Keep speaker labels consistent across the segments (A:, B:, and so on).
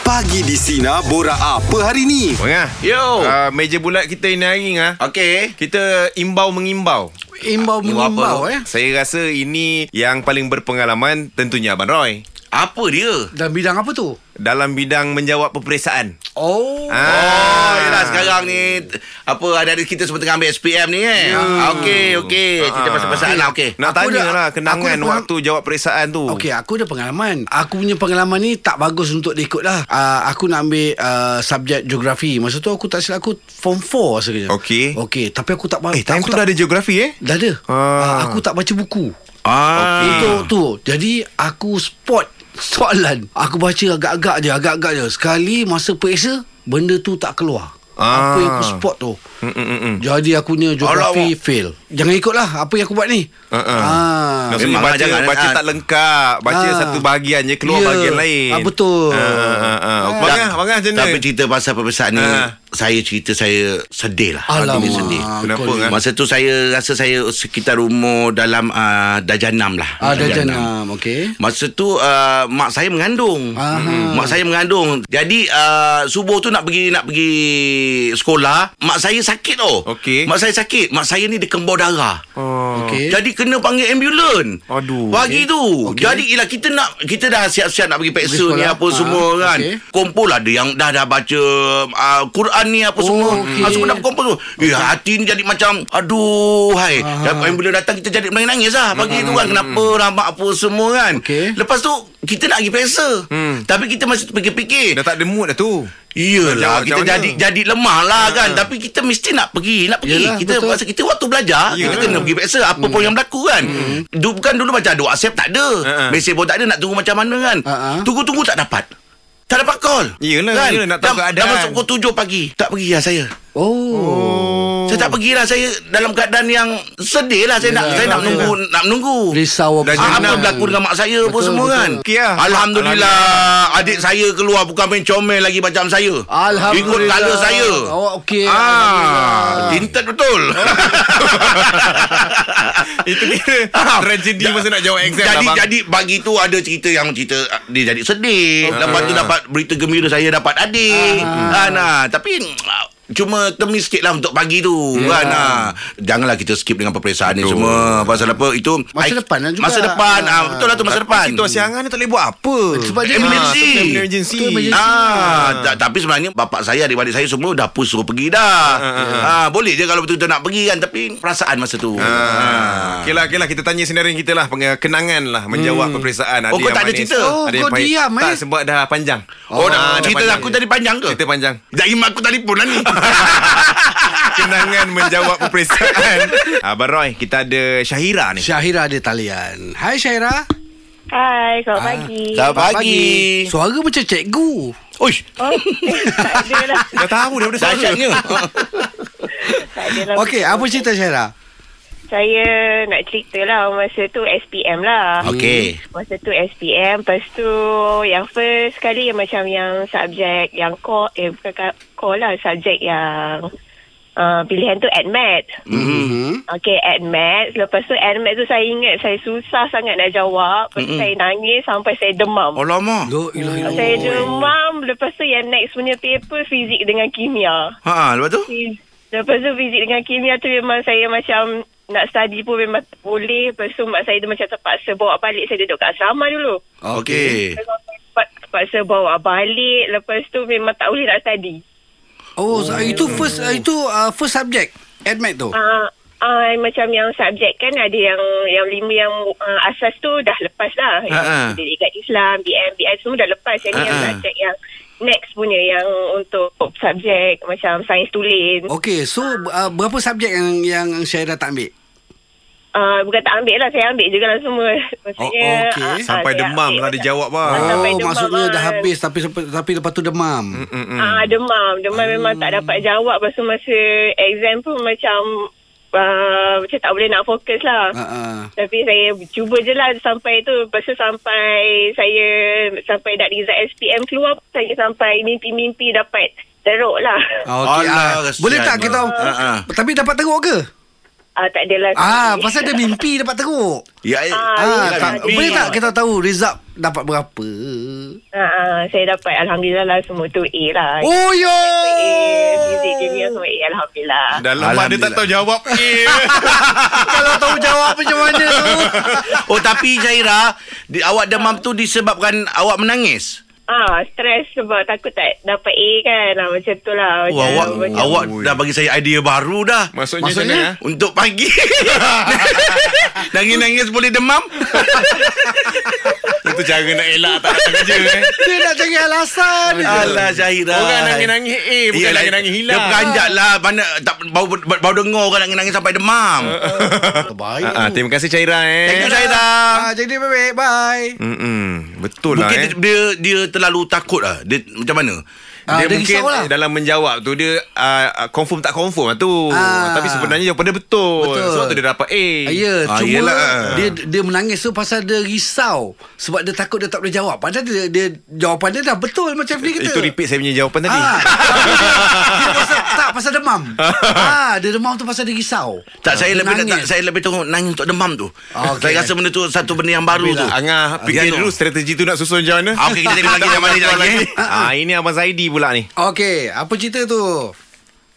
A: Pagi di Sina Bora apa hari ni?
B: Bang ah.
C: Yo.
B: Uh, meja bulat kita ini hari ni ah.
C: Okey.
B: Kita imbau mengimbau.
D: Imbau mengimbau eh
B: Saya rasa ini yang paling berpengalaman tentunya Abang Roy
C: Apa dia?
D: Dalam bidang apa tu?
B: dalam bidang menjawab peperiksaan. Ah.
D: Oh
C: Oh, yelah sekarang ni apa ada ada kita semua tengah ambil SPM ni eh. Hmm. Okey, okey. Cerita
B: Ya. Ah.
C: pasal-pasal lah okey.
B: Nak
D: Aku
B: tanya
D: dah-
B: lah
D: aku dah
B: kenangan
D: pengam-
B: waktu jawab peperiksaan tu.
D: Okey, aku ada pengalaman. Aku punya pengalaman ni tak bagus untuk diikut lah. Uh, aku nak ambil uh, subjek geografi. Masa tu aku tak silap aku form 4 rasa kerja.
B: Okey.
D: Okey, tapi aku tak... ba-
B: Eh, time
D: aku
B: tu dah
D: tak,
B: ada geografi eh?
D: Dah ada.
B: Ah.
D: Uh, aku tak baca buku.
C: Ah.
D: Itu tu. Jadi aku spot soalan. Aku baca agak-agak je, agak-agak je. Sekali masa periksa, benda tu tak keluar.
B: Ah.
D: Apa yang aku spot tu.
B: Mm, mm, mm, mm.
D: Jadi aku punya geografi
C: Alamak. Ha,
D: fail. Jangan ikutlah apa yang aku buat ni.
B: Uh-uh.
D: Ah.
B: Maksudnya
C: Memang
B: baca,
C: jangan,
B: baca
C: ah.
B: tak lengkap Baca
D: Ah.
B: satu bahagian je Keluar
D: Ya.
B: bahagian lain
D: Ah, betul.
B: ah, ah, ah. Bang ah, Bang ah macam mana
C: Tapi cerita pasal peperiksaan ni,
B: Ah.
C: saya cerita saya sedih lah. Hati
D: Alamak.
C: ni sedih. eh?
B: Kenapa,
D: kau ni.
B: kan?
C: Masa tu saya rasa saya sekitar umur dalam uh, darjah 6 lah.
D: Ah, dah jenam. Okey.
C: Masa tu uh, mak saya mengandung. Hmm.
D: Aha.
C: Mak saya mengandung. Jadi uh, subuh tu nak pergi nak pergi sekolah, mak saya sakit tau.
B: Okey.
C: Mak saya sakit. Mak saya ni dikembar darah.
B: oh.
D: Okey.
C: Jadi kena panggil ambulan.
B: Aduh.
C: Pagi tu.
D: Okey.
C: Jadi ialah kita nak kita dah siap-siap nak pergi peksa
D: Pergi
C: ni
D: sekolah.
C: apa
D: Ha,
C: semua kan.
D: okey.
C: Kumpul ada yang dah dah baca uh, Quran ni apa
D: Oh,
C: semua.
D: okey.
C: Ah, semua dah berkumpul tu. Ya hati ni jadi macam aduh hai.
D: Ah.
C: Dan ambulan datang kita jadi menangis lah pagi tu kan kenapa ramak apa semua kan.
D: Okey. Hmm.
C: Lepas tu kita nak pergi peksa. Tapi kita masih fikir-fikir.
B: Dah tak ada mood dah tu Jawab
C: Iyalah kita
B: macam
C: jadi
B: mana? Ah.
C: jadi lemah lah kan tapi kita mesti nak pergi nak pergi
D: Yelah,
C: kita
D: betul.
C: masa kita waktu belajar kita
B: Yelah.
C: kena pergi periksa apa pun yang berlaku kan Du, bukan dulu macam ada WhatsApp tak ada
B: Hmm. Ha-ha.
C: mesej pun tak ada nak tunggu macam mana kan
D: Ha-ha.
C: tunggu-tunggu tak dapat tak dapat call
B: Yelah, yelah, nak tahu
C: dah,
B: keadaan.
C: dah masuk pukul 7 pagi tak pergi lah saya
D: Oh.
C: oh. saya tak pergilah saya dalam keadaan yang sedih lah saya nak
D: Yelah,
C: saya nak
D: yelah.
C: menunggu nak menunggu
D: Risau
B: Dah
D: apa
C: Ah,
B: jenam.
C: apa berlaku dengan mak saya apa
D: Betul,
C: semua
D: betul.
C: kan
B: Okey lah.
C: Alhamdulillah Adik saya keluar Bukan main comel lagi macam saya Ikut
D: Alhamdulillah. Oh,
C: color saya
D: Awak okey.
C: Ah, tinted betul.
B: Itu kira tragedi masa nak jawab exam
C: Ah, jadi
B: lah, bang.
C: jadi bagi tu ada cerita yang cerita ah, dia jadi sedih.
B: Ah.
C: Lepas tu dapat berita gembira saya dapat adik. Ah. nah, tapi ah, cuma temis sikit lah untuk pagi tu
B: Ya.
C: yeah. kan ah. Janganlah kita skip dengan peperiksaan ni semua Pasal apa itu
D: Masa depan lah juga.
C: Masa depan ah.
D: Ah.
C: Betul lah tu masa depan
B: Situasi hangat ni tak boleh buat apa
D: Sebab dia
C: Emergency.
B: Ah, tu Emergency
D: Tu emergency.
C: Ah, ta- tapi sebenarnya bapak saya adik-adik saya semua dah push suruh pergi dah. Ah, boleh je kalau betul-betul nak pergi kan tapi perasaan masa tu. Ah.
B: Okey lah, okey lah. Kita tanya sinarin kita lah. Peng- Kenangan lah menjawab hmm. peperiksaan.
C: Oh, kau
B: yang
C: tak ada
B: manis,
C: cerita?
D: Oh,
B: yang
D: kau
B: pahit.
D: diam, eh?
B: Tak, sebab dah panjang. Ah,
C: Oh, dah, cerita
B: panjang.
C: aku tadi panjang ke?
B: Cerita panjang.
C: Dah imak aku telefon lah ni.
B: Kenangan menjawab peperiksaan. Abang Roy, kita ada Syahira ni.
D: Syahira ada talian. Hai Syahira.
E: Hai, selamat pagi.
C: Ah, Selamat pagi.
D: Suara macam cikgu.
C: Uish,
E: Oh, eh, tak ada lah.
B: Dah tahu daripada suara.
C: dahsyatnya.
E: Tak ada lah.
D: Okey, apa cerita Syahira?
E: Saya nak cerita lah masa tu SPM lah.
C: Okey.
E: Masa tu SPM, lepas tu yang first kali yang macam yang subjek yang core, eh bukan ka- core lah, subjek yang uh, pilihan tu AdMed.
D: Mhm.
C: Mm-hmm.
E: Okey, AdMed. Lepas tu AdMed tu saya ingat saya susah sangat nak jawab. Lepas tu saya nangis sampai saya demam.
C: Oh, lama.
D: Lo
E: Oh. Saya demam. Lepas tu yang next punya paper fizik dengan kimia.
C: Ha, lepas tu?
E: Fiz- Lepas tu fizik dengan kimia tu memang saya macam nak study pun memang tak boleh. Lepas tu mak saya tu macam terpaksa bawa balik. Saya duduk kat asrama dulu.
C: Okey.
E: Memang terpa- Terpaksa bawa balik. Lepas tu memang tak boleh nak study.
D: Oh, so itu first itu uh, first subject admit tu.
E: Ah, ah, macam yang subjek kan ada yang yang lima yang ah, asas tu dah lepas lah.
C: Ha-ha.
E: Uh-huh. Dekat Islam, BM, BM semua dah lepas. Yang ni yang
C: Ha-ha.
E: subjek yang next punya yang untuk subjek macam sains tulis.
D: Okey, so uh, berapa subjek yang yang Syahira tak ambil?
E: Uh, bukan tak ambil lah Saya ambil juga lah semua Maksudnya
D: Oh, okey.
E: ah, ah,
B: Sampai
E: saya
B: demam
E: ambil
B: lah
E: macam-
B: dia jawab, bang.
D: Oh,
E: Ah, sampai demam,
D: maksudnya dah
E: kan.
D: habis tapi tapi lepas tu demam.
B: Mm-mm.
E: Ah demam, demam memang tak dapat jawab Lepas tu masa exam pun macam uh, macam tak boleh nak fokus lah.
D: Ha ah.
E: Tapi saya cuba je lah sampai tu Lepas tu sampai saya sampai dah result SPM keluar pun Saya sampai mimpi-mimpi dapat teruk lah
D: Okey.
C: Alah,
D: ah. Boleh tak
C: kesiannya.
D: kita
C: Ah, ah.
D: Tapi dapat teruk ke?
E: Ah, tak adalah.
D: Ah, pasal dia mimpi dapat teruk.
C: Ya, eh.
E: Ah,
D: Ah,
E: yelah,
D: tak,
E: mimpi.
D: boleh tak kita tahu result dapat berapa?
E: Ah, ah, saya dapat Alhamdulillah lah semua tu A lah.
D: Oh yo.
E: A, music junior semua A Alhamdulillah.
B: Dalam mak dia tak tahu jawab Eh,
D: Kalau tahu jawab macam mana tu.
C: Oh tapi Zaira di, Awak demam tu disebabkan Awak menangis
E: Ah, stres sebab takut tak dapat A kan. Ah, macam tu lah.
C: Oh, awak awak dah bagi saya idea baru dah.
B: Maksudnya, eh?
D: Maksudnya?
B: Maksudnya?
C: Untuk pagi Nangis-nangis boleh demam
B: Itu cara nak elak tak datang kerja eh.
D: Dia nak cari alasan.
C: Alah Zahira
B: Orang nangis-nangis eh Bukan
C: Yelah,
B: nangis-nangis hilang
C: Dia beranjat lah Mana, tak, baru, baru dengar orang nangis-nangis sampai demam
D: Terbaik.
B: Ah, ah, Terima kasih Caira eh
C: Thank you Zahira
D: Ah, jadi baik-baik. Bye.
B: Mm-mm, Betul
C: Mungkin
B: lah
C: dia, dia, dia terlalu takut lah Dia macam mana
D: Ah,
B: dia,
D: dia
B: mungkin
D: risau lah.
B: dalam menjawab tu dia uh, confirm tak confirm lah tu.
D: Ah.
B: Tapi sebenarnya jawapan dia betul.
D: Betul.
B: Sebab tu dia dapat A.
D: Ya,
C: Ah,
D: ah, cuma
C: yelah.
D: dia dia menangis tu pasal dia risau sebab dia takut dia tak boleh jawab. Padahal dia, dia jawapan dia dah betul macam ni kita.
B: Itu repeat saya punya jawapan tadi.
D: Ah, dia pasal, tak pasal demam. ah, dia demam tu pasal dia risau.
C: tak saya
B: Ah,
D: Dia
C: lebih tak,
D: nangis.
C: saya lebih tengok nangis untuk demam tu.
D: Ah, okey.
C: Saya rasa benda tu satu benda yang baru Ah, tu.
B: Angah, lah, Angah fikir
C: Piano.
B: dulu strategi tu nak susun macam mana.
C: Ah, okey, kita tengok lagi yang mana yang lagi.
B: Ah, ini Abang Zaidi pula ni.
D: Okey, apa cerita tu?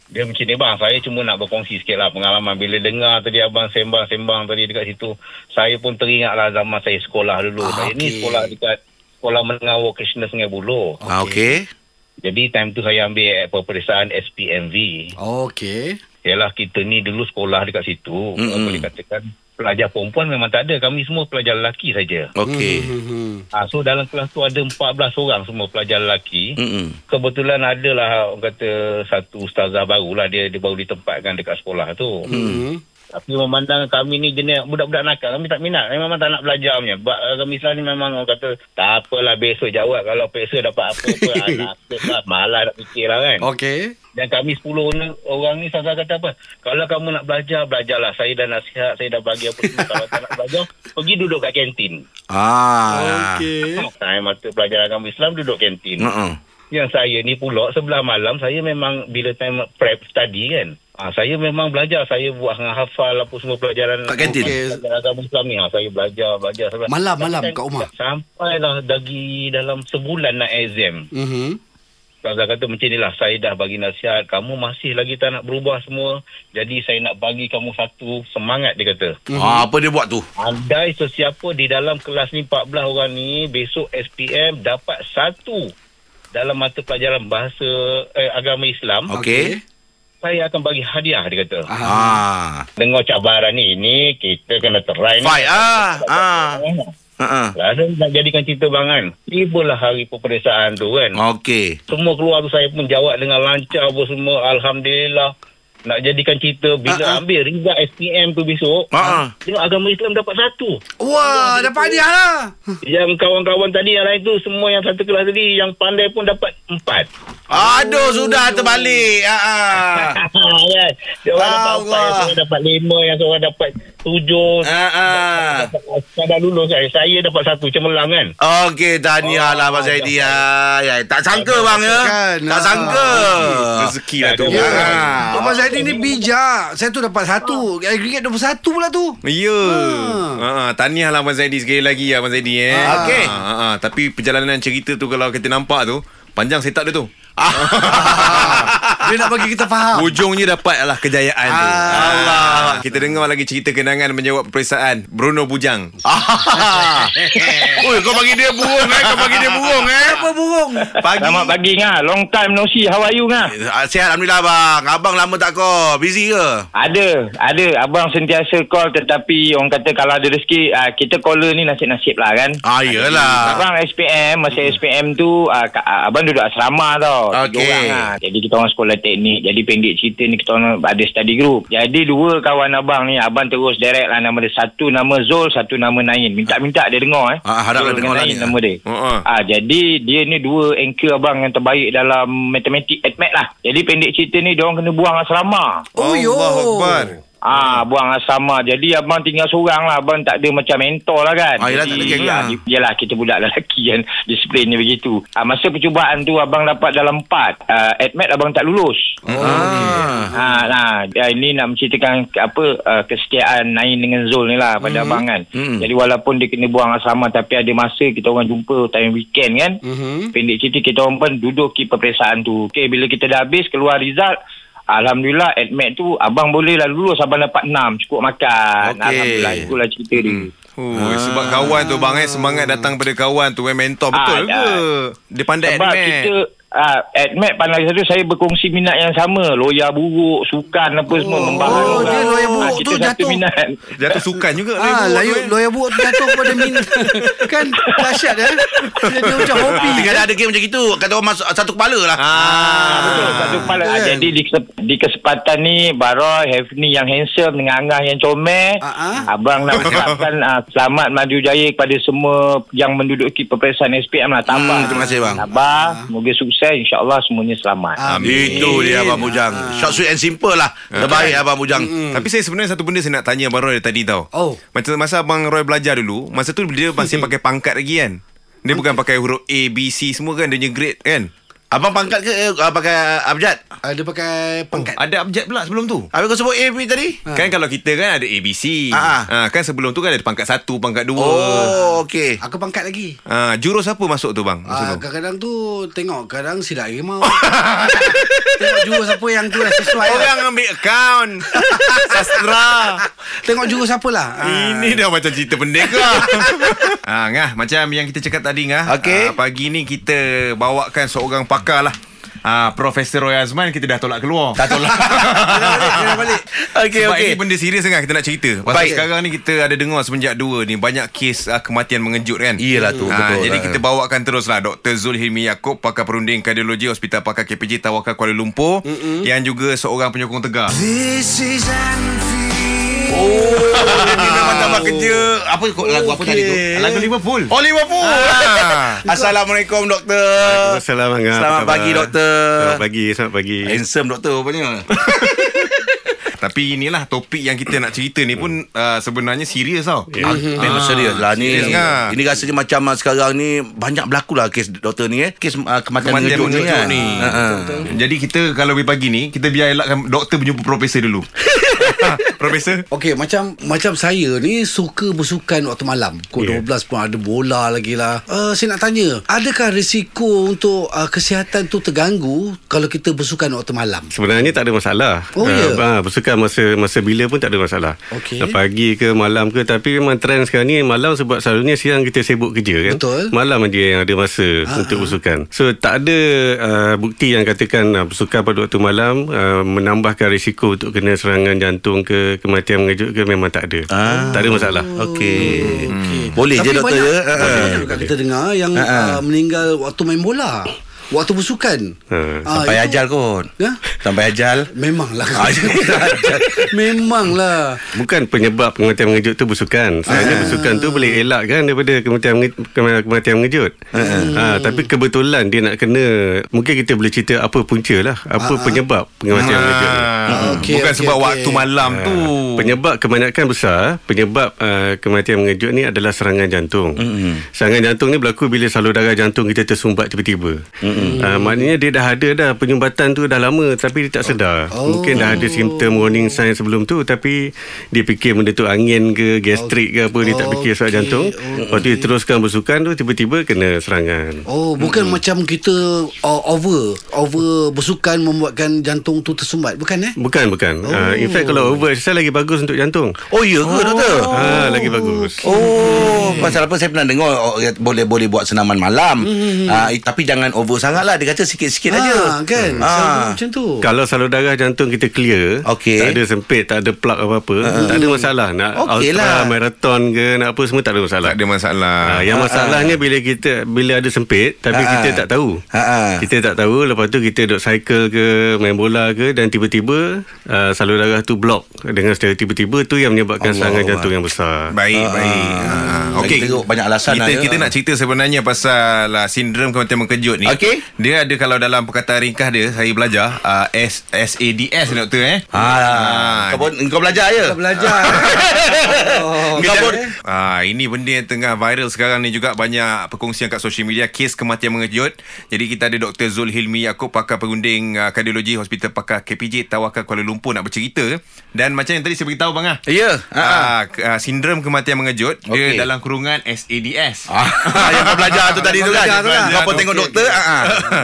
F: Dia macam ni bang Saya cuma nak berkongsi sikit lah pengalaman Bila dengar tadi abang sembang-sembang tadi dekat situ Saya pun teringat lah zaman saya sekolah dulu
D: Ah,
F: Saya ni
D: okey.
F: sekolah dekat Sekolah Menengah Vocational Sungai Buloh
C: Ah, okey.
F: Jadi time tu saya ambil eh, peperiksaan SPMV
D: Okey.
F: Yalah kita ni dulu sekolah dekat situ
C: Mm-mm.
F: Boleh katakan Pelajar perempuan memang tak ada Kami semua pelajar lelaki saja.
C: Okey.
B: Hmm,
D: Mm.
F: ha, So dalam kelas tu ada 14 orang semua pelajar
B: hmm,
F: lelaki
C: Mm-mm.
F: Kebetulan adalah orang kata satu ustazah barulah dia dia baru ditempatkan dekat sekolah tu. Hmm. Tapi memandang kami ni jenis budak-budak nakal kami tak minat. Kami memang tak nak belajar punya. Sebab uh, kami Islam ni memang orang kata tak apalah besok jawab kalau peksa dapat apa-apa anak lah, malah nak fikir lah kan.
D: Okey.
F: Dan kami 10 orang, orang ni Sasa kata apa? Kalau kamu nak belajar, belajarlah. Saya dah nasihat, saya dah bagi apa semua. Kalau tak nak belajar, pergi duduk kat kantin.
C: Ah. Okey.
F: Time mata pelajaran agama Islam duduk kantin.
C: Uh-uh.
F: Yang saya ni pula sebelah malam saya memang bila time prep study kan. Ha, saya memang belajar. Saya buat hang hafal apa semua pelajaran.
C: Kat kantin?
F: Pelajaran agama Islam ni. Ha, saya belajar, belajar. Sampai,
D: Malam, malam
F: sampai-
D: kat rumah?
F: Sampailah dagi dalam sebulan nak exam.
D: Mhm.
F: Ustazah kata macam inilah. Saya dah bagi nasihat. Kamu masih lagi tak nak berubah semua. Jadi saya nak bagi kamu satu semangat dia kata.
C: Ah, apa dia buat tu?
F: Andai sesiapa di dalam kelas ni 14 orang ni besok SPM dapat satu dalam mata pelajaran bahasa eh, agama Islam,
C: Okey. Okay.
F: saya akan bagi hadiah dia kata.
C: Ah.
F: Dengar cabaran ni, ini kita kena try ni.
C: Fight ah. Ah. Uh-uh.
F: Lalu nak jadikan cerita bangan. Tibalah hari peperiksaan tu
C: Ah.
F: kan.
C: Okey.
F: Semua keluar tu saya pun jawab dengan lancar apa semua. Alhamdulillah. Nak jadikan cerita bila
C: Ah, ah.
F: ambil result SPM tu besok.
C: Ah, ah.
F: Tengok agama Islam dapat satu.
D: Wah, dapat hadiah lah.
F: Yang kawan-kawan tadi yang lain tu semua yang satu kelas tadi yang pandai pun dapat empat.
C: Aduh, sudah terbalik. Ah. ah.
F: Ah, kan? Yang orang dapat empat, yang
C: Allah.
F: seorang dapat lima, yang seorang dapat tujuh.
C: Ah, ah.
F: Dapat- Saya dah lulus saya. Saya dapat satu cemerlang kan.
C: Okey,
B: Oh,
C: tahniah lah Abang Zaidi. Ah, ya. Tak sangka bang ya.
D: Kan,
C: Tak
D: ah.
C: sangka.
B: Rezeki lah tu.
F: Ya.
B: Ah.
D: Ah. Abang Zaidi ni bijak. Saya tu dapat satu. Aggregate 21 pula tu.
B: Ya. Ha ah, tahniah lah Abang Zaidi sekali lagi Abang Zaidi eh.
D: Ah.
B: Okey. Ha ah, tapi perjalanan cerita tu kalau kita nampak tu panjang setup dia tu.
C: Ah.
D: Dia nak bagi kita faham.
B: Ujungnya dapat lah kejayaan tu.
D: Ah.
B: Allah. Kita dengar lagi cerita kenangan menjawab peperiksaan Bruno Bujang.
C: Ah. Oi, kau bagi dia burung eh. Kau bagi dia burung eh.
D: Apa burung?
B: Pagi.
F: Selamat pagi ngah. Long time no see. How are you ngah?
C: Ah, Sihat Alhamdulillah abang Abang lama tak call Busy ke?
F: Ada, ada. Abang sentiasa call tetapi orang kata kalau ada rezeki, ah, kita caller ni nasib-nasib lah kan.
C: Ah yelah
F: Abang SPM Masa SPM tu uh, Abang duduk asrama tau Tiga
C: Hmm. Okey.
F: orang lah. Jadi kita orang sekolah teknik Jadi pendek cerita ni Kita orang ada study group Jadi dua kawan abang ni Abang terus direct lah Nama dia satu nama Zul Satu nama Nain Minta-minta dia dengar eh
C: Ah, haraplah
F: Zul
C: dengar
F: dengan
C: lah
F: Nain
C: ni.
F: Nama dia
B: Uh-uh.
F: Ah, jadi dia ni dua anchor abang yang terbaik dalam
G: eh,
F: matematik admat lah. Jadi pendek cerita ni dia orang kena buang asrama.
D: Oh, yo.
B: Allahuakbar.
G: Ah,
C: Hmm.
G: buang asrama. Jadi abang tinggal seorang lah. Abang tak ada macam mentor lah kan.
C: Ah, yelah,
G: Jadi,
C: tak ada geng lah.
G: ah, di- Yelah, kita budak lelaki kan. Disiplinnya begitu. Ah, masa percubaan tu abang dapat dalam 4. Ah, admit abang tak lulus.
C: Ah.
G: Ha, nah, ya, ini nak menceritakan ke- apa uh, kesetiaan Nain dengan Zul ni lah
D: Hmm.
G: pada mm-hmm. abang kan.
C: Mm.
G: Mm-hmm. Jadi walaupun dia kena buang asrama tapi ada masa kita orang jumpa time weekend kan.
D: Mhm.
G: Mm-hmm. Pendek cerita kita orang pun duduk ki peperiksaan tu. Okey bila kita dah habis keluar result Alhamdulillah admit tu abang boleh lah lulus abang dapat 6 cukup makan.
C: Okey.
G: Alhamdulillah itulah cerita dia.
D: Hmm.
G: Mm.
B: Oh, ah. sebab kawan tu bang eh semangat datang pada kawan tu eh mentor
G: Ah,
B: betul
G: dah.
B: ke? Dia pandai eh?
G: Sebab
B: admit.
G: kita uh, admit pandai satu saya berkongsi minat yang sama. Loya buruk, sukan apa semua membahas.
D: Oh,
G: orang.
D: dia lawyer buruk
G: Ah, kita
D: tu
G: satu
D: jatuh.
G: Minat.
B: Jatuh sukan juga lah, eh, layu
D: Ah,
C: eh.
D: layu, lawyer buat tu jatuh pada min Kan dahsyat eh Dia, dia macam hobi
C: Tapi
D: kan
C: kadang ada game macam gitu Kata orang masuk satu kepala lah
B: Ah,
G: Betul, satu kepala.
D: kan?
G: Ah, Jadi di, kesep- di kesempatan ni Baroy, Hafni yang handsome dengan Angah yang comel.
D: Ah,
G: Abang nak ucapkan ah, selamat maju jaya kepada semua yang menduduki peperiksaan SPM lah. Tambah.
C: Hmm, terima kasih, bang.
G: Tabah. Moga sukses. InsyaAllah semuanya selamat.
D: Ah.
C: Amin. Ah. Itu dia Abang Bujang Short sweet and simple lah Terbaik Abang Bujang
B: Hmm. Tapi saya sebenarnya satu benda saya nak tanya Abang Roy tadi tau.
D: Oh.
B: Masa, masa Abang Roy belajar dulu, masa tu dia masih pakai pangkat lagi kan? Dia bukan pakai huruf A, B, C semua kan? Dia punya grade kan?
C: Abang pangkat ke eh, ah, Pakai abjad
D: Ah, Dia pakai pangkat
C: Oh,
B: Ada abjad pula sebelum tu.
C: Habis kau sebut A B tadi
B: Kan kalau kita kan ada A, B, C.
C: Ah,
B: Ah, kan sebelum tu kan ada pangkat satu, pangkat dua.
C: Oh okey
D: Aku pangkat lagi
B: Ah, jurus apa masuk tu bang? Masa
D: Ah,
B: tu?
D: kadang-kadang tu tengok kadang silap rimau. tengok jurus apa yang tu lah
C: Oh,
D: sesuai.
C: ya.
D: Lah.
B: Orang ambil account Sastra
D: Tengok jurus apa lah. Ah.
B: Ini dah macam cerita pendeka ah, Ngah Macam yang kita cakap tadi Ngah
C: Okey.
B: ah, Pagi ni kita Bawakan seorang pakar lah Ah, Profesor Roy Azman Kita dah tolak keluar
C: Tak tolak
D: kena balik.
C: Okey
B: Sebab
C: okey
B: ini benda serius kan kita nak cerita. Pasal
C: Baik.
B: Baik. sekarang ni kita ada dengar semenjak dua ni banyak kes uh, kematian mengejut kan.
C: Iyalah tu, betul
B: Jadi
C: lah.
B: kita bawakan teruslah Dr. Zul Hilmi Yaakob pakar perunding kardiologi Hospital Pakar KPJ Tawakal Kuala Lumpur Mm-mm. yang juga seorang penyokong tegar.
C: Ini memang tambah kerja Apa kok lagu apa tadi tu
B: Lagu Liverpool. Ah.
C: Oh Liverpool Assalamualaikum doktor
H: Assalamualaikum Angah. Apa
C: Selamat
H: khabar?
C: pagi, doktor.
H: Selamat pagi Selamat pagi
C: Handsome doktor rupanya
B: Eh, Tapi inilah topik yang kita nak cerita ni pun uh, sebenarnya serius tau. Ah,
H: Ya.
C: Hmm. Memang Eh, serius lah ni
B: serius kan?
C: Ini rasanya macam ah, sekarang ni Banyak berlaku lah kes doktor ni eh Kes ah, kematian
B: Kematian
C: mengejut ni
B: mengejut
C: kan
B: ni.
C: Ah, ah.
B: Jadi kita kalau pagi pagi ni kita biar elakkan doktor berjumpa profesor dulu. profesor
D: Okey, macam macam saya ni suka bersukan waktu malam. Pukul
H: Ya.
D: yeah. 12 pun ada bola lagi lah. Uh, saya nak tanya, adakah risiko untuk uh, kesihatan tu terganggu kalau kita bersukan waktu malam?
H: Sebenarnya tak ada masalah
D: Oh, ya?
H: Ah, ah, Bersukan masa masa bila pun tak ada masalah
D: Okey.
H: Ah, Pagi ke malam ke Tapi memang trend sekarang ni Malam sebab selalunya siang kita sibuk kerja kan
D: Betul. Ah,
H: Malam dia yang ada masa ha untuk bersukan So tak ada uh, bukti yang katakan uh, Bersukan pada waktu malam uh, Menambahkan risiko untuk kena serangan jantung ke Kematian mengejut ke memang tak ada
C: Ah.
H: Tak ada masalah
C: Okey Hmm. Boleh je doktor
D: banyak,
C: ya Ah,
D: Tapi
C: ah.
D: banyak juga kan kita dengar yang uh, meninggal waktu main bola. Waktu bersukan.
H: Ah.
D: Ah,
C: Sampai
D: itu-
C: ajal kot
D: Ya?
C: Sampai ajal
D: Memanglah. Memanglah.
H: Bukan penyebab kematian mengejut tu bersukan. Sebenarnya bersukan tu boleh elakkan daripada kematian menge- kema- kematian mengejut. Ha, tapi kebetulan dia nak kena mungkin kita boleh cerita apa punca lah, apa penyebab kematian mengejut. ni.
B: Ah,
D: Okey,
B: bukan
D: okey,
B: sebab
D: okey.
B: waktu malam
C: Ah.
B: tu.
H: Penyebab kebanyakan besar Penyebab uh, kematian mengejut ni Adalah serangan jantung mm-hmm. Serangan jantung ni berlaku Bila salur darah jantung kita tersumbat tiba-tiba mm-hmm. uh, Maknanya dia dah ada dah Penyumbatan tu dah lama Tapi dia tak sedar oh. Mungkin dah ada simptom warning sign sebelum tu Tapi Dia fikir benda tu angin ke Gastrik ke apa Dia tak fikir soal
D: Okey,
H: jantung okay. Lepas tu dia teruskan bersukan tu Tiba-tiba kena serangan
D: Oh, bukan hmm. macam kita uh, over over bersukan membuatkan jantung tu tersumbat, bukan eh?
H: Bukan, bukan oh. uh, In fact kalau over exercise Lagi bagus untuk jantung
C: Oh ya ke doktor
H: oh. uh, Lagi bagus
C: Oh, pasal apa saya pernah dengar oh, ya, boleh boleh buat senaman malam. Hmm. Ah, eh, tapi jangan over sangatlah. Dia kata sikit-sikit
D: Ah,
C: aja.
D: kan?
C: Ah.
D: Ah. Macam tu.
H: Kalau salur darah jantung kita clear
C: Okey. Ah,
H: Tak ada sempit Tak ada plug apa-apa uh, Tak ada masalah Nak
C: Okey
H: okay ultra
C: lah.
H: lah. marathon ke Nak apa semua tak ada masalah
B: Tak ada masalah.
H: Ha, yang masalahnya bila kita bila ada sempit tapi
C: Ah,
H: kita tak tahu.
C: Ah, ah.
H: Kita tak tahu lepas tu kita duk cycle ke main bola ke dan tiba-tiba uh, salur darah tu block dengan secara tiba-tiba tu yang menyebabkan
C: Allah
H: serangan
C: Allah.
H: jantung yang besar.
B: Baik, uh, baik. Uh,
C: Ah, Lagi teruk, banyak alasan
B: kita,
C: lah dia.
B: Kita nak cerita sebenarnya pasal uh, ah, sindrom kematian mengejut ni.
C: Okey. Okey.
B: Dia ada kalau dalam perkataan ringkas dia saya belajar uh, S SADS ni doktor eh.
C: Ha. Kau pun kau belajar je.
D: Kau belajar oh,
C: Kau pun
B: Ah ini benda yang tengah viral sekarang ni juga banyak perkongsian kat social media kes kematian mengejut. Jadi kita ada Dr. Zul Hilmi Yaakob pakar perunding uh, kardiologi Hospital Pakar KPJ Tawakal Kuala Lumpur nak bercerita dan macam yang tadi saya beritahu bang ah.
C: Ya. Ha.
B: Ah, ke- ah, sindrom kematian mengejut okay.
C: Okey.
B: dia dalam kurungan SADS.
C: Ah, yang kau belajar tu tadi tu kan.
D: Belajar tu kan.
C: Kau pun tengok doktor. Ha. ha.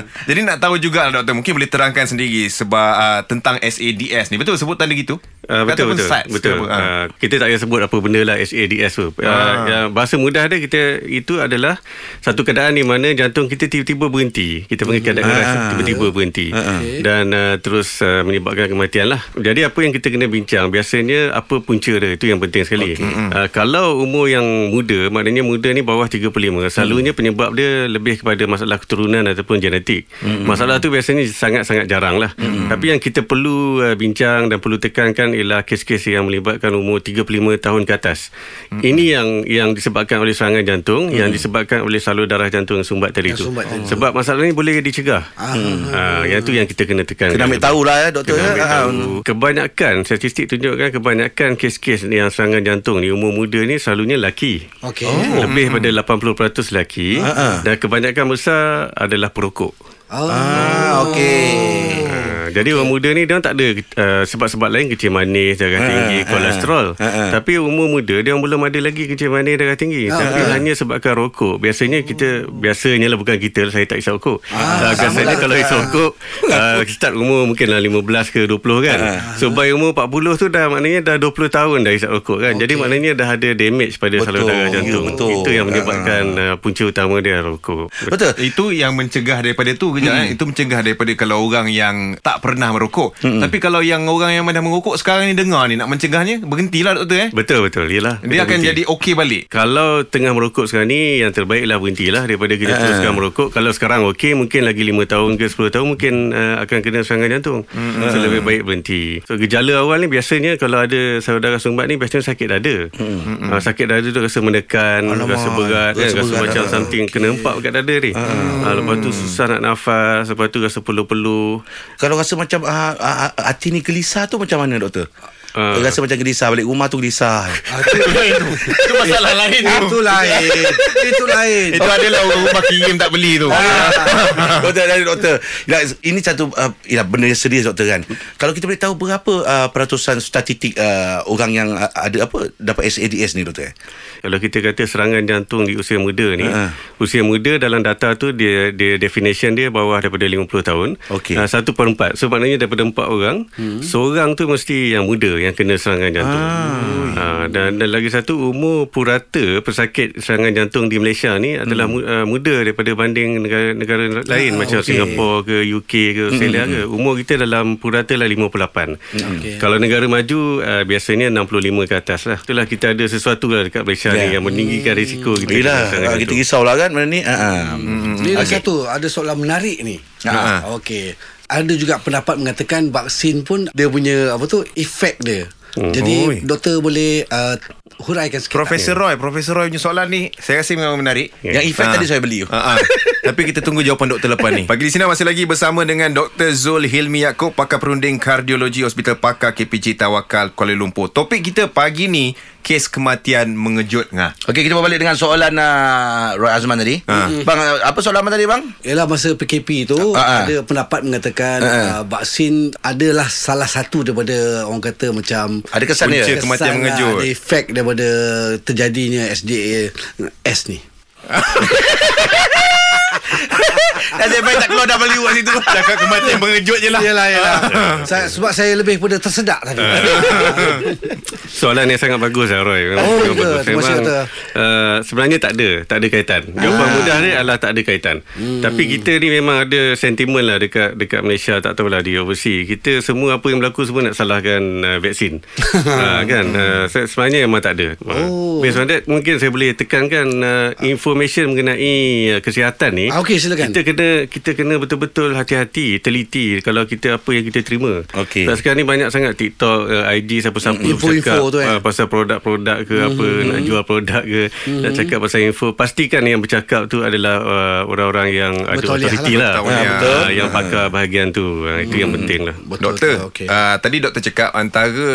B: Jadi nak tahu juga lah, doktor mungkin boleh terangkan sendiri sebab uh, tentang SADS ni betul sebutan dia gitu?
H: Uh, betul
B: Ataupun
H: betul
B: SADS ke
H: betul.
B: apa? Ah.
H: Uh, kita tak payah sebut apa benda lah SADS tu. Uh, uh, bahasa mudah dia kita itu adalah satu keadaan di mana jantung kita tiba-tiba berhenti. Kita panggil
B: Ah.
H: keadaan uh, tiba-tiba berhenti uh, dan uh, terus uh, menyebabkan kematian lah. Jadi apa yang kita kena bincang biasanya apa punca dia itu yang penting sekali. Okay. Uh, kalau umur yang muda maknanya muda ni bawah 35 selalunya penyebab dia lebih kepada masalah keturunan ataupun genetik. Masalah tu biasanya sangat-sangat jarang lah. Tapi yang kita perlu uh, bincang dan perlu tekankan ialah kes-kes yang melibatkan umur 35 tahun ke atas. Ini yang yang disebabkan oleh serangan jantung, yang disebabkan oleh salur darah jantung yang sumbat tadi
D: Yang
H: tu.
D: sumbat tadi.
H: Sebab masalah ni boleh dicegah. Ah, yang tu yang kita kena tekan.
C: Kena ambil tahulah ya doktor.
H: Kena ambil
C: Ha.
H: tahu. Kebanyakan statistik tunjukkan kebanyakan kes-kes yang serangan jantung ni umur muda ni selalunya lelaki.
D: Okey.
H: Oh. Lebih pada 80% lelaki dan kebanyakan besar adalah perokok.
C: Ah, okey.
H: Ah, Jadi orang muda ni dia orang tak ada uh, sebab-sebab lain kecil manis,
C: Ah,
H: darah tinggi, kolesterol. Tapi umur muda dia orang belum ada lagi kecil manis, darah tinggi.
C: Ah,
H: Tapi hanya sebabkan rokok. Biasanya kita biasanya lah bukan kita lah, saya tak hisap rokok. Ah,
C: lah.
H: biasanya kalau hisap rokok uh, start umur mungkin lah 15 ke 20 kan.
C: Ah,
H: So by umur 40 tu dah maknanya dah 20 tahun dah hisap rokok kan. Jadi maknanya dah ada damage pada
C: Betul.
H: saluran darah jantung.
C: Ya, betul. Ah.
H: Itu yang menyebabkan uh, punca utama dia rokok.
C: Betul.
B: Itu yang mencegah daripada tu kejap mm.
C: Hmm.
B: eh. Itu mencegah daripada kalau orang yang tak pernah merokok.
C: Hmm.
B: Mm. Tapi kalau yang orang yang dah merokok sekarang ni dengar ni nak mencegahnya berhentilah doktor eh.
H: Betul betul. Yalah.
B: Dia
H: Betul,
B: akan
H: betul.
B: jadi okey balik.
H: Kalau tengah merokok sekarang ni Yang terbaiklah berhentilah Daripada kita teruskan merokok Kalau sekarang okey Mungkin lagi 5 tahun ke 10 tahun Mungkin uh, akan kena serangan jantung hmm. So lebih baik berhenti So gejala awal ni Biasanya kalau ada saudara sumbat ni Biasanya sakit dada hmm. uh, Sakit dada tu rasa menekan Alamak, Rasa berat kan? Rasa macam something Kena empat kat dada ni hmm. uh, Lepas tu susah nak nafas Lepas tu rasa peluh-peluh
C: Kalau rasa macam ah, ah, ah, hati ni gelisah tu macam mana doktor?
H: Ah.
C: Uh. Rasa macam gelisah balik rumah tu gelisah.
D: Ah,
B: Itu masalah lain
D: Itu lain Itu lain Ah.
B: Itu adalah orang rumah kirim tak beli tu.
C: doktor dari doktor. Yalah, ini satu uh, yalah, benda yang serius doktor kan. Kalau kita boleh tahu berapa uh, peratusan statistik uh, orang yang uh, ada apa dapat SADS ni doktor eh?
H: Kalau kita kata serangan jantung di usia muda ni,
C: Ha.
H: uh. usia muda dalam data tu dia dia definition dia bawah daripada 50 tahun.
C: Okey.
H: Ah, Satu per empat. So maknanya daripada empat orang, hmm. seorang tu mesti yang muda yang kena serangan jantung. Ah. dan, dan lagi satu umur purata pesakit serangan jantung di Malaysia ni adalah mu, ah, muda daripada banding negara-negara lain macam okay.
C: Hmm.
H: Singapura ke UK ke Australia ke. Umur kita dalam purata lah 58.
C: Hmm.
H: Okay. Kalau negara maju ah, biasanya 65 ke atas lah. Itulah kita ada sesuatu lah dekat Malaysia
C: Ya.
H: ni yang meninggikan risiko
B: Oh,
H: kita.
C: Yalah,
H: kena serangan
C: ah, kita
H: jantung.
C: risaulah kan benda ni. Ha. Hmm.
D: Ni ada satu Ada soalan menarik ni
C: Ha.
D: Okey Ada juga pendapat mengatakan Vaksin pun Dia punya Apa tu Efek dia
B: Oi.
D: Jadi doktor boleh uh, Huraikan sikit tak?
B: Profesor Roy, Profesor Roy punya soalan ni saya rasa memang menarik.
C: Yang efek
B: Ah.
C: tadi saya beli.
B: Ha, ha. Tapi kita tunggu jawapan doktor lepas ni. Pagi di sini masih lagi bersama dengan Dr. Zul Hilmi Yaakob, pakar perunding kardiologi Hospital Pakar KPJ Tawakal Kuala Lumpur. Topik kita pagi ni kes kematian mengejut Ha. ngah.
C: Okey, kita berbalik dengan soalan uh, Roy Azman tadi.
B: Ha.
C: Bang, ah, apa soalan abang tadi bang?
D: Ialah masa PKP tu uh,
C: ah.
D: ada pendapat mengatakan uh, uh, vaksin adalah salah satu daripada orang kata macam
C: Ada kesan dia?
B: Punca kematian
D: kesan
B: mengejut.
D: lah, Ada efek daripada terjadinya SDA S ni.
C: Nasib baik Eh, tak keluar dah balik buat situ.
B: Cakap kematian mengejut je lah.
D: Yalah yalah. saya, sebab saya lebih pada tersedak tadi.
H: Soalan yang sangat bagus lah Roy Memang
D: Oh,
H: sangat
D: ya. Terima
H: bagus.
D: kasih, Ah.
H: Memang,
D: Doktor.
H: uh, Sebenarnya tak ada Tak ada kaitan Jawapan mudah ni adalah tak ada kaitan
D: Hmm.
H: Tapi kita ni memang ada sentimen lah Dekat dekat Malaysia Tak tahulah di overseas Kita semua apa yang berlaku Semua nak salahkan uh, vaksin uh, Kan uh, se- Sebenarnya memang tak ada oh. Based on that Mungkin saya boleh tekankan uh, Information eh, mengenai uh, kesihatan ni
D: Ah, okey, silakan.
H: Kita kena kena kita kena betul-betul hati-hati, teliti kalau kita apa yang kita terima.
C: Okey.
H: Sebab sekarang ni banyak sangat TikTok, uh, IG siapa-siapa
D: Info-info tu, eh.
H: ah, pasal produk-produk ke mm-hmm. apa nak jual produk ke, mm-hmm. nak cakap pasal info. Pastikan yang bercakap tu adalah uh, orang-orang yang ada
D: Betul,
H: authority
D: lihatlah.
H: lah.
B: Betul,
H: Ah,
B: ya.
H: betul. yang pakar bahagian tu. Ah, itu yang penting lah.
D: Betul,
B: Doktor,
D: betul, okey.
B: okay. uh, tadi doktor cakap antara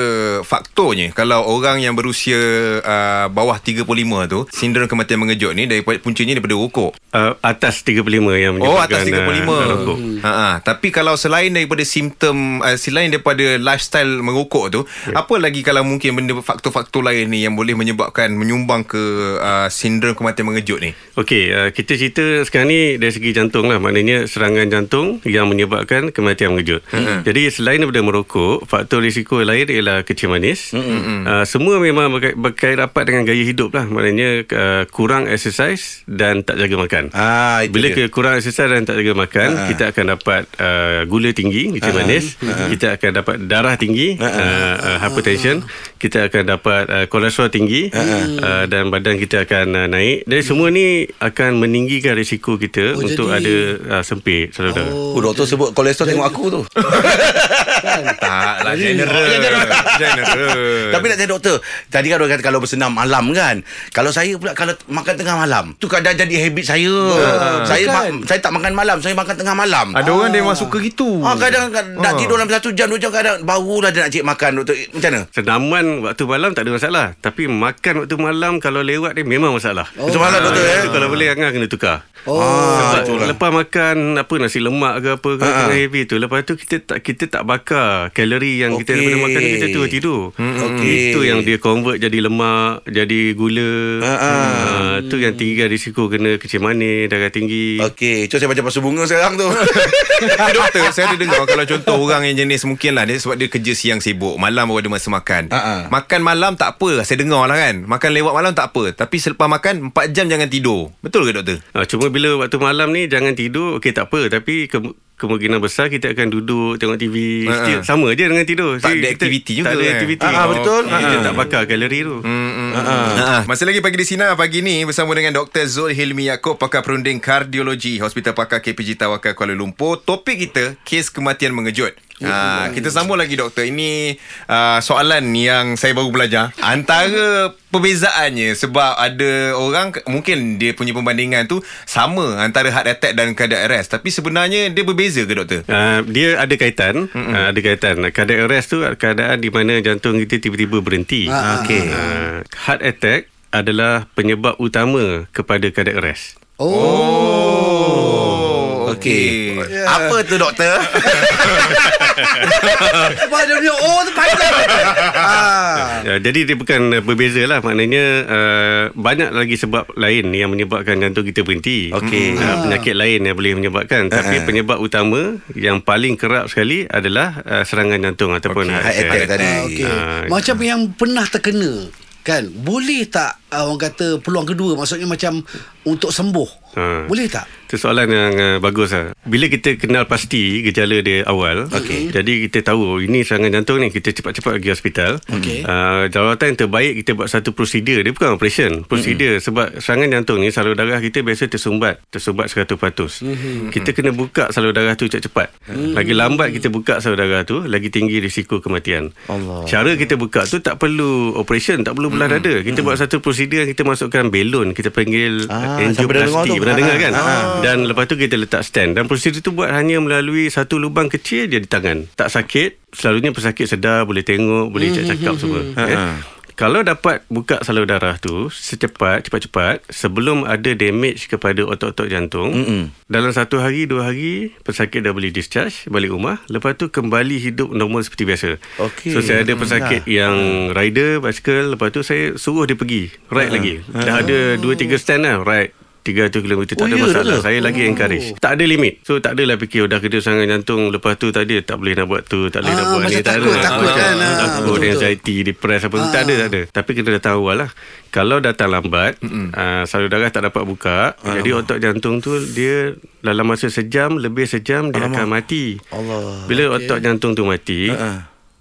B: faktornya kalau orang yang berusia uh, bawah 35 tu, sindrom kematian mengejut ni daripada puncanya daripada rokok.
H: Uh, atas 35 yang
B: Oh atas
H: menyebabkan,
B: 35
H: ah,
C: eh,
H: rokok.
B: hmm. ha, ha. Tapi kalau selain daripada simptom uh, Selain daripada lifestyle merokok tu
C: Ya.
B: yeah. Apa lagi kalau mungkin benda faktor-faktor lain ni Yang boleh menyebabkan Menyumbang ke uh, sindrom kematian mengejut ni
H: Okey, uh, kita cerita sekarang ni dari segi jantung lah. Maknanya serangan jantung yang menyebabkan kematian mengejut. Mm-hmm. Jadi selain daripada merokok, faktor risiko lain ialah kecil manis. Mm-hmm. Uh, semua memang berkait, berkait rapat dengan gaya hidup lah. Maknanya uh, kurang exercise dan tak jaga makan.
C: Ah, itu dia.
H: Bila ke kurang exercise dan tak jaga makan, uh kita akan dapat uh, gula tinggi, kecil manis. Kita akan dapat darah tinggi, uh uh, hypertension. Kita akan dapat uh, kolesterol tinggi uh, dan badan kita akan uh, naik. Jadi semua ni aakan meninggikan risiko
D: Oh,
H: kita oh, untuk
D: jadi-
H: jadi... ada uh, sempit, saudara. Oh.
C: Oh, doktor sebut kolesterol tengok aku tu.
B: Tak lah general General
C: Tapi nak tanya doktor, tadi kan orang kata kalau bersenam malam kan. Kalau saya pula kalau t- makan tengah malam, tu kadang jadi habit saya. saya ma- saya tak makan malam, saya makan tengah malam.
B: Ada orang dia memang suka gitu
C: Ah, kadang kadang nak
B: Ah.
C: tidur dalam satu jam, dua jam kadang barulah dia nak cik makan doktor. Eh, Macam mana?
H: Senaman waktu malam tak ada masalah. Tapi makan waktu malam kalau lewat ni memang masalah.
C: Oh. Macam mana doktor eh? Ah,
H: Itu kalau boleh Angah kena tukar.
D: Oh.
H: Sebab lepas makan apa nasi lemak ke apa ke
C: Ha, ha.
H: kena heavy tu lepas tu kita tak kita tak bakar kalori yang
C: Okey.
H: kita daripada makan tu, kita tu tidur.
C: Okey.
H: Itu yang dia convert jadi lemak, jadi gula.
C: Ha, ha.
H: Ah, tu yang tinggi risiko kena kecil manis, darah tinggi.
C: Okey, tu saya baca pasal bunga sekarang tu.
B: Tapi doktor Saya ada dengar Kalau contoh orang yang jenis Mungkin lah dia, Sebab dia kerja siang sibuk Malam baru ada masa makan
C: Ha, ha.
B: Makan malam tak apa Saya dengar lah kan Makan lewat malam tak apa Tapi selepas makan 4 jam jangan tidur Betul ke doktor?
H: Ha, cuma bila waktu malam ni jangan tidur, okey tak apa tapi ke, kemungkinan besar kita akan duduk tengok TV.
B: Ha, ha.
H: Still, sama je dengan tidur.
B: Tak
H: Jadi
B: ada
H: kita-
B: aktiviti juga,
H: Tak ada
B: eh.
H: aktiviti.
C: Ha, ha, betul.
H: Okey, Kita tak bakar kalori tu.
B: Ha. Masih lagi pagi di Sina pagi ni bersama dengan Dr. Zul Hilmi Yaakob pakar perunding kardiologi Hospital Pakar KPG Tawakal Kuala Lumpur. Topik kita kes kematian mengejut. Ha, kita sambung lagi doktor. Ini uh, soalan yang saya baru belajar. Antara perbezaannya sebab ada orang ke- mungkin dia punya perbandingan tu sama antara heart attack dan cardiac arrest. Tapi sebenarnya dia berbeza ke doktor?
H: Uh, dia ada kaitan uh, ada kaitan keadaan arrest tu keadaan di mana jantung kita tiba-tiba berhenti
D: Ah,
H: okey uh, heart attack adalah penyebab utama kepada cardiac arrest
B: Oh,
C: Okey. Apa tu doktor?
D: Sebab dia punya Oh tu panjang ah.
H: Uh, jadi dia bukan uh, berbeza lah maknanya uh, banyak lagi sebab lain yang menyebabkan jantung kita berhenti.
C: Okey.
D: Ah.
C: Ah,
H: Uh, penyakit lain yang boleh menyebabkan tapi penyebab utama yang paling kerap sekali adalah uh, serangan jantung ataupun okay.
C: Heart attack tadi.
D: Ah, Okey.
H: Ah,
D: Macam yang pernah terkena kan boleh tak ah, orang kata peluang kedua maksudnya macam untuk sembuh
H: Ha.
D: boleh tak
H: Itu soalan yang uh, bagus lah. Bila kita kenal pasti gejala dia awal, okay. jadi kita tahu oh, ini serangan jantung ni, kita cepat-cepat pergi hospital.
D: Okey.
H: Uh, jawatan yang terbaik kita buat satu prosedur, dia bukan operation, prosedur. Mm-hmm. Sebab serangan jantung ni salur darah kita biasa tersumbat, tersumbat 100%. Mm-hmm. Kita kena buka salur darah tu cepat-cepat. Mm-hmm. Lagi lambat kita buka salur darah tu, lagi tinggi risiko kematian. Allah. Cara kita buka tu tak perlu operation, tak perlu belah mm-hmm. dada. Kita mm-hmm. buat satu prosedur yang kita masukkan belon, kita panggil
C: Ah,
H: ah,
C: sampai dah dengar tu.
H: angioplasti.
C: Ah,
H: Pernah dengar kan?
C: ah.
H: Ah. Dan lepas tu kita letak stand Dan prosedur tu buat hanya melalui Satu lubang kecil je di tangan Tak sakit Selalunya pesakit sedar Boleh tengok Boleh cakap-cakap semua eh? Kalau dapat buka salur darah tu secepat, cepat-cepat sebelum ada damage kepada otot-otot jantung, Mm-mm. dalam satu hari, dua hari pesakit dah boleh discharge balik rumah. Lepas tu kembali hidup normal seperti biasa.
C: Okey.
H: So saya ada pesakit yang
D: Ah.
H: rider, basikal. Lepas tu saya suruh dia pergi ride lagi.
D: Ah.
H: Dah ada dua, tiga stand lah ride. 300 km
C: Oh,
H: tak ada
C: ya,
H: masalah
C: dah.
H: Saya lagi encourage Tak ada limit So tak adalah fikir oh, Dah kena sangat jantung Lepas tu tadi Tak boleh nak buat tu Tak boleh
D: Ah,
H: nak buat
D: macam
H: ni Tak
D: takut,
H: ada
D: takut
H: Ah,
D: kan. Ah,
H: Takut
D: betul-betul.
H: anxiety Depress apa tu Tak ada tak ada Tapi kena datang awal lah Kalau datang lambat uh, Salur darah tak dapat buka
D: Ah.
H: Jadi otot jantung tu Dia dalam
D: Ah,
H: masa sejam Lebih sejam Dia akan mati Allah Bila otot jantung tu mati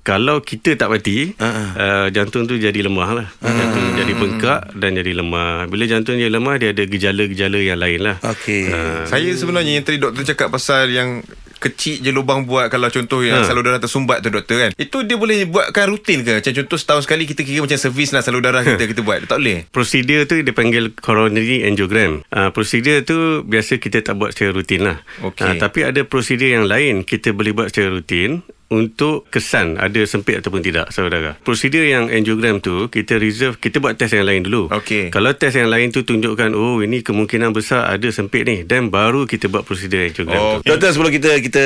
H: kalau kita tak mati
C: Ha-ha.
H: uh, jantung tu jadi lemah lah jantung jadi bengkak dan jadi lemah bila jantung dia lemah dia ada gejala-gejala yang lain lah
C: Okey.
B: Saya sebenarnya yang tadi doktor cakap pasal yang kecil je lubang buat kalau contoh
H: Hmm.
B: yang ha. saluran tersumbat tu doktor kan. Itu dia boleh buatkan rutin ke? Macam contoh setahun sekali kita kira macam servis lah saluran kita kita buat. Tak boleh.
H: Prosedur tu dipanggil coronary angiogram. Uh, prosedur tu biasa kita tak buat secara rutin lah.
B: Okey.
H: Ah, tapi ada prosedur yang lain kita boleh buat secara rutin untuk kesan ada sempit ataupun tidak saudara. Prosedur yang angiogram tu kita reserve kita buat test yang lain dulu.
B: Okey.
H: Kalau test yang lain tu tunjukkan oh ini kemungkinan besar ada sempit ni dan baru kita buat prosedur angiogram
B: Oh,
H: oh. tu.
C: Doktor sebelum kita kita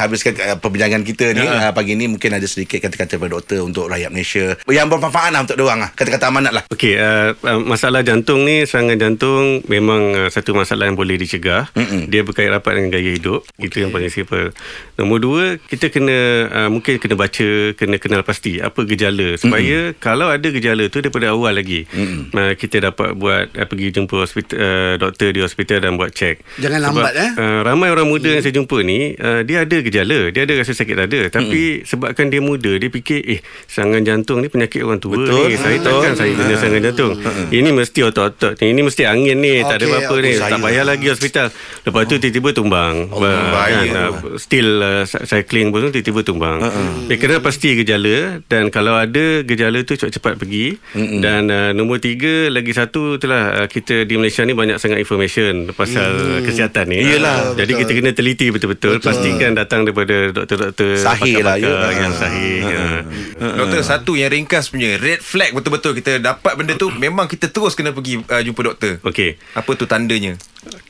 C: habiskan uh, perbincangan kita ni uh, pagi ni mungkin ada sedikit kata-kata daripada doktor untuk rakyat Malaysia yang bermanfaat lah untuk diorang lah. Kata-kata amanat lah.
H: Okey, uh, uh, masalah jantung ni serangan jantung memang uh, satu masalah yang boleh dicegah.
C: Mm-mm.
H: Dia berkait rapat dengan gaya hidup. Okay. Itu yang paling simple. Nombor dua, kita kena uh, mungkin kena baca, kena kenal pasti apa gejala supaya Mm-mm. kalau ada gejala tu daripada awal lagi uh, kita dapat buat uh, pergi jumpa hospital uh, doktor di hospital dan buat cek.
D: Jangan lambat, eh?
H: Uh, ramai orang muda yang saya jumpa ni uh, dia ada gejala, dia ada rasa sakit dada tapi sebabkan dia muda dia fikir eh serangan jantung ni penyakit orang tua
C: Betul.
H: ni. Saya takkan saya kena serangan jantung. Ini mesti otot-otot. ni, Ini mesti angin ni, tak ada
D: Okey,
H: apa-apa
D: okey,
H: ni.
C: saya-
H: Tak bayar lagi hospital. Lepas tu tiba-tiba tumbang.
C: Oh,
H: Bah-
B: bahaya.
H: ah, Still uh, cycling pun tu tiba-tiba tumbang.
C: Uh-uh.
H: Dia kena pasti gejala dan kalau ada gejala tu cepat-cepat pergi. Dan uh, nombor tiga lagi satu itulah uh, kita di Malaysia ni banyak sangat information
C: Hmm.
H: pasal kesihatan ni. Ah,
C: Yelah,
H: Jadi kita kena teliti betul-betul, pastikan datang daripada doktor-doktor
C: Sahih lah,
H: pakar-pakar
C: ya.
H: yang sahih. ya.
B: Doktor satu yang ringkas punya red flag betul-betul kita dapat benda tu memang kita terus kena pergi uh, jumpa doktor.
H: Okey.
B: Apa tu tandanya?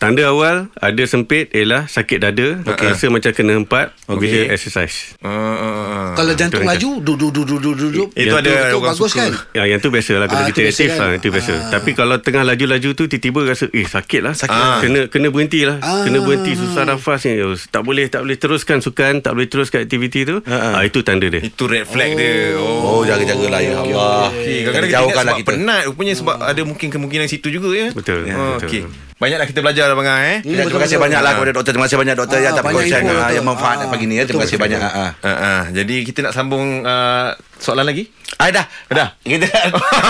H: Tanda awal ada sempit ialah sakit dada, okay. rasa macam kena hempat okay. bila exercise.
B: Uh, uh, uh.
D: Kalau jantung laju
H: betul.
D: duduk duduk duduk duduk
B: Itu ada orang
D: bagus
B: suka.
D: kan.
H: Ya, yang tu
D: Ah,
H: biasalah bila
D: tu
H: kita
D: biasa
H: aktif
D: kan?
H: lah, itu biasa.
D: Ah.
H: Tapi kalau tengah laju-laju tu tiba-tiba rasa eh sakit lah. Sakit ah. Kena kena berhenti lah.
D: Ah.
H: Ah. Kena berhenti susah nafas ni. Oh, tak boleh tak boleh teruskan sukan, tak boleh teruskan aktiviti tu. Ah, itu tanda dia.
B: Itu red flag oh. dia. Oh.
C: Oh, jaga-jaga lah ya Allah.
B: Okey, kadang-kadang kita ingat
C: Jauhkanlah
B: sebab kita. Hmm. penat rupanya sebab ada mungkin kemungkinan situ juga ya.
H: Betul,
B: Oh,
H: betul.
B: Okey. Banyaklah kita belajar abang ah eh.
D: Hmm,
C: Ya, terima kasih
D: betul-betul.
C: banyaklah kepada doktor. Terima kasih banyak doktor
D: Ah,
C: yang tak
D: banyak
C: berkongsi
D: info,
C: ah,
D: doktor.
C: yang manfaat
D: Ah,
C: pagi ni ya. Terima
D: betul,
C: kasih banyak. ah, ah.
B: Uh, uh, jadi kita nak sambung uh, soalan lagi.
C: Ah dah, dah. Kita
B: Ah.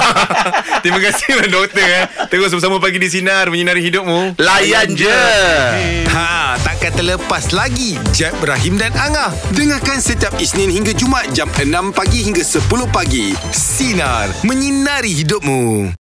B: Terima kasih doktor eh. Terus bersama pagi di sinar menyinari hidupmu.
C: layan je.
A: Ha, takkan terlepas lagi Jeb, Ibrahim dan Angah. Dengarkan setiap Isnin hingga Jumat jam 6 pagi hingga 10 pagi. Sinar, menyinari hidupmu.